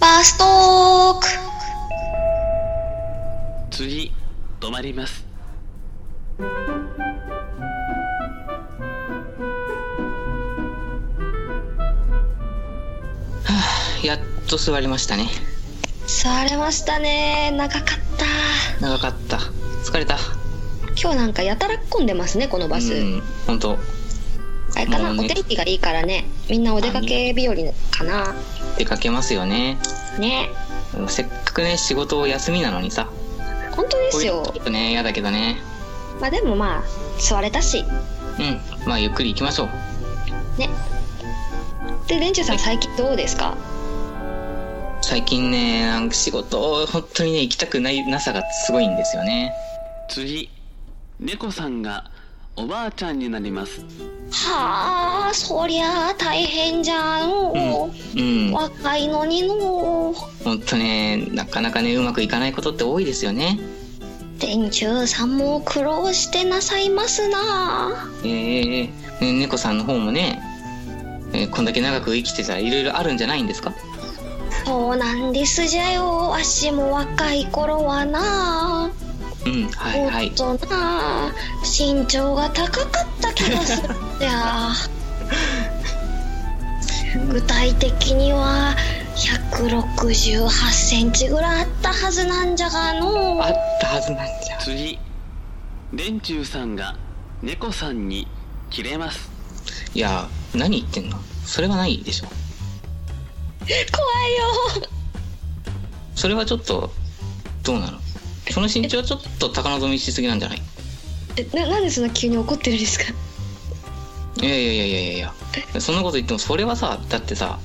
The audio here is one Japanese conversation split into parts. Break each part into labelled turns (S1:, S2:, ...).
S1: バストーク
S2: 次止まります
S3: やっと座りましたね
S1: 座れましたね長かった
S3: 長かった疲れた
S1: 今日なんかやたら混んでますねこのバス、
S3: うん本当
S1: あれかな、
S3: もうね
S1: お天気がいいからねみんなお出かけ日和かな
S3: 出かけますよね
S1: ね
S3: もうせっかくね仕事を休みなのにさ
S1: 本当で
S3: こう
S1: す
S3: いうの
S1: よ
S3: ちょっとね嫌だけどね
S1: まあでもまあ座れたし
S3: うんまあゆっくり行きましょう
S1: ねで連中さん最近どうですか
S3: 最近ねなんか仕事本当にね行きたくないなさがすごいんですよね
S2: 次猫さんがおばあちゃんになります
S1: はあそりゃあ大変じゃん、
S3: うん
S1: 若いのにの
S3: 本当ねなかなかねうまくいかないことって多いですよね
S1: 電柱さんも苦労してなさいますな
S3: ええええね猫さんの方もね、えーこんだけ長く生きてたらいろいろあるんじゃないんですか
S1: そうなんですじゃよわしも若い頃はな
S3: うんはいは
S1: もっ
S3: い
S1: とな身長が高かった気がするじ ゃ具体的には168センチぐらいあったはずなんじゃがの
S3: あったはずなんじゃ
S2: 次電柱さんが猫さんに切れます
S3: いや何言ってんのそれはないでしょ
S1: 怖いよ
S3: それはちょっとどうなのその身長はちょっと高望みしすぎなんじゃない
S1: えななんでそんな急に怒ってるんですか
S3: いやいやいやいやいやいやそんなこと言ってもそれはさだってさ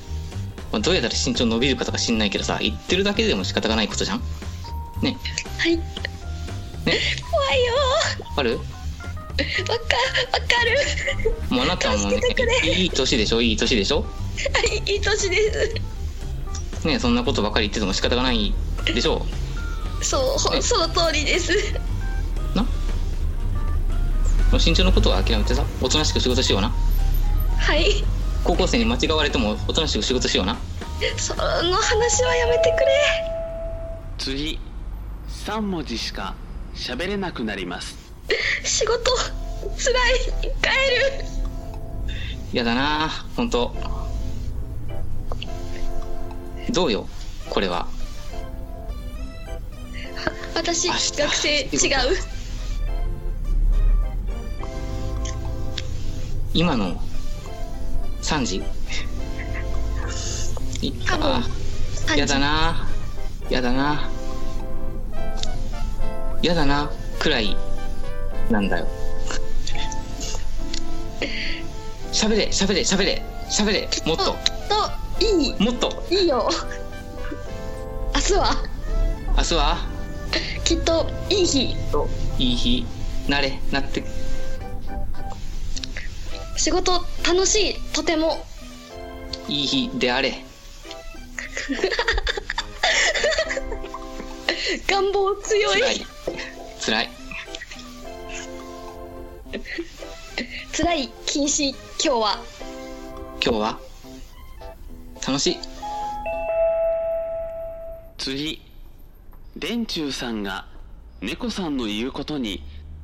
S3: まあどうやったら身長伸びるかとか知んないけどさ言ってるだけでも仕方がないことじゃんね
S1: はい怖いよ
S3: わか
S1: わ
S3: る
S1: かわかる
S3: もうあなたはもうね
S1: 助けてく
S3: いい年でしょいい年でしょ
S1: はいいい年で
S3: ねそんなことばかり言ってても仕方がないでしょ
S1: すそうほんその通りです
S3: なもう身長のことは諦めてさおとなしく仕事しような
S1: はい
S3: 高校生に間違われてもおとなしく仕事しような
S1: その話はやめてくれ
S2: 次3文字しか喋れなくなります
S1: 仕事つらい帰る
S3: やだな本当どうよこれは
S1: 私
S3: 明
S1: 学
S3: 日
S1: 生違
S3: 仕事
S1: う
S3: 今の3時いっ
S1: 多分
S3: かやだなやだなやだなくらいなんだよ喋れ喋れ喋れ喋れもっと
S1: とい
S3: もっと
S1: いいいよ明日は
S3: 明日は
S1: きっといい日
S3: いい日なれなって
S1: 仕事楽しいとても
S3: いい日であれ
S1: 願望強
S3: つ
S1: い
S3: らいつらい
S1: つらい禁止今日は
S3: 今日は楽しい
S2: 次電柱さんが猫さんの言うことに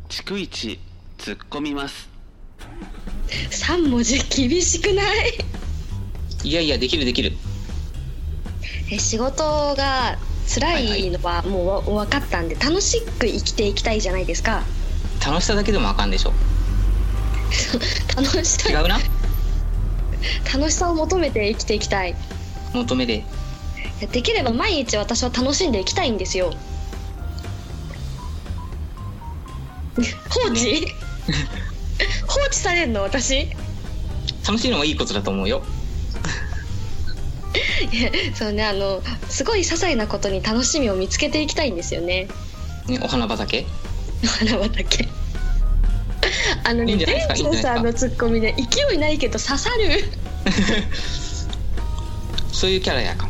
S2: 逐一突っ込みます
S1: 3文字厳しくない
S3: いやいやできるできる
S1: え仕事が辛いのはもう分かったんで楽しく生きていきたいじゃないですか
S3: 楽しさだけでもあかんでしょ
S1: 楽しさ
S3: 違うな
S1: 楽しさを求めて生きていきたいい
S3: 求めで
S1: やできれば毎日私は楽しんでいきたいんです よ放 置放置されんの私い
S3: 楽しいのもいいことだと思うよ
S1: やそうねあのすごい些細なことに楽しみを見つけていきたいんですよね
S3: ねお花畑
S1: お花畑あの
S3: い
S1: ね
S3: いんじゃないで
S1: 店
S3: すか
S1: 長さん
S3: い
S1: の
S3: いん
S1: ツッコミね勢いないけど刺さる
S3: そういうキャラやか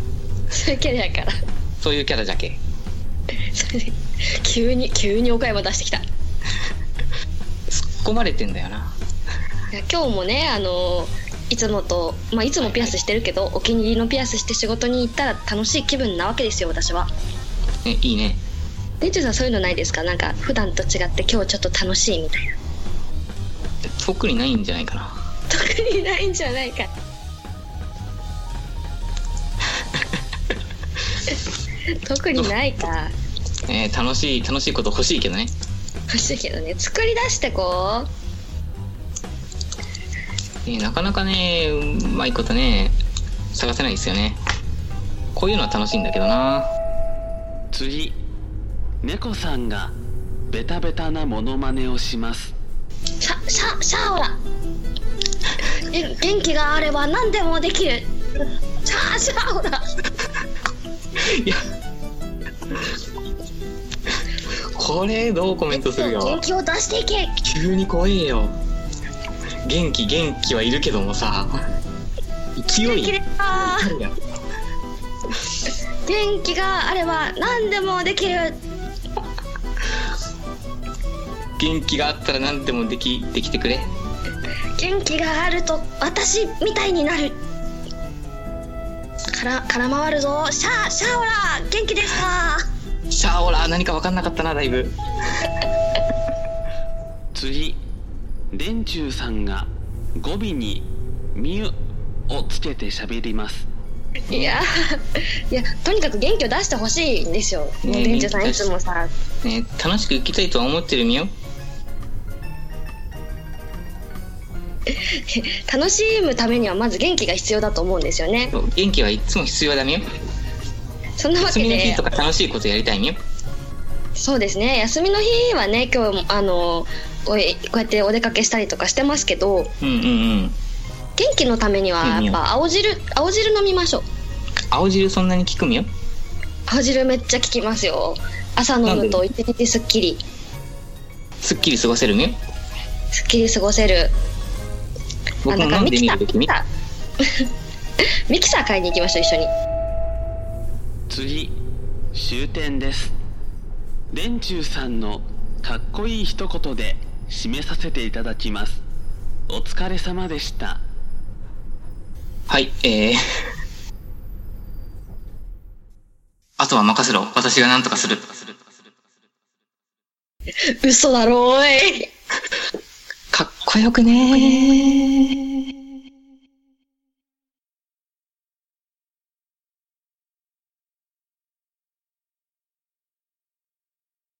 S1: そういうキャラやから
S3: そういうキャラじゃけ
S1: それで急に急に岡山出してきたい
S3: 突っ込まれてんだよな
S1: や今日もねあのいつもと、まあ、いつもピアスしてるけど、お気に入りのピアスして仕事に行ったら楽しい気分なわけですよ私は
S3: えいいね
S1: 店長さんそういうのないですかなんか普段と違って今日ちょっと楽しいみたいな
S3: 特にないんじゃないかな
S1: 特にないんじゃないか 特にないか
S3: えー楽しい楽しいこと欲しいけどね
S1: 欲しいけどね作り出してこう
S3: えーなかなかねうまいことね探せないですよねこういうのは楽しいんだけどな
S2: 次猫さんがベタベタなモノマネをします
S1: シャシャシャオラえ元気があれば何でもできるシャシャオラ
S3: いやこれどうコメントするよ
S1: 元気を出していけ
S3: 急に怖えよ元気元気はいるけどもさ勢い
S1: 切れた元気があれば何でもできる
S3: 元気があったら何でもできできてくれ
S1: 元気があると私みたいになるから空回るぞシャシャオラ元気ですか
S3: シャオラ何か分かんなかったなだいぶ
S2: 次電柱さんが語尾に「ミュ」をつけて喋ります
S1: いやいやとにかく元気を出してほしいんですよもう
S3: ね
S1: 店長さん
S3: 元
S1: い
S3: 気出し
S1: つもさ
S3: ね楽しく生きたいとは思ってるみよ
S1: 楽しむためにはまず元気が必要だと思うんですよね
S3: 元気はいつも必要だみよ
S1: そんなわけ
S3: 休みの日
S1: で
S3: とか楽しいことやりたいみよ
S1: そうですね休みの日はね今日もあのおいこうやってお出かけしたりとかしてますけど
S3: うんうんうん
S1: 元気のためには
S3: うんう
S1: やっ
S3: ん
S1: ぱ青汁青汁飲みましょう
S3: 青汁そんなに効くみよ
S1: 青汁めっちゃ効きますよ朝飲むと一日すっきり
S3: すっきり過ごせるみよ
S1: すっきり過ごせる
S3: 僕も
S1: あだから
S3: 飲んでみる
S1: ミ
S3: とき
S1: キ
S3: に
S1: サー ミキサー買いに行きましょう一緒に
S2: 次終点です電柱さんのかっこいい一言で締めさせていただきますお疲れ様でした
S3: はいえーあとは任せろ私が何とかする
S1: 嘘だろーい
S3: かっこよくねー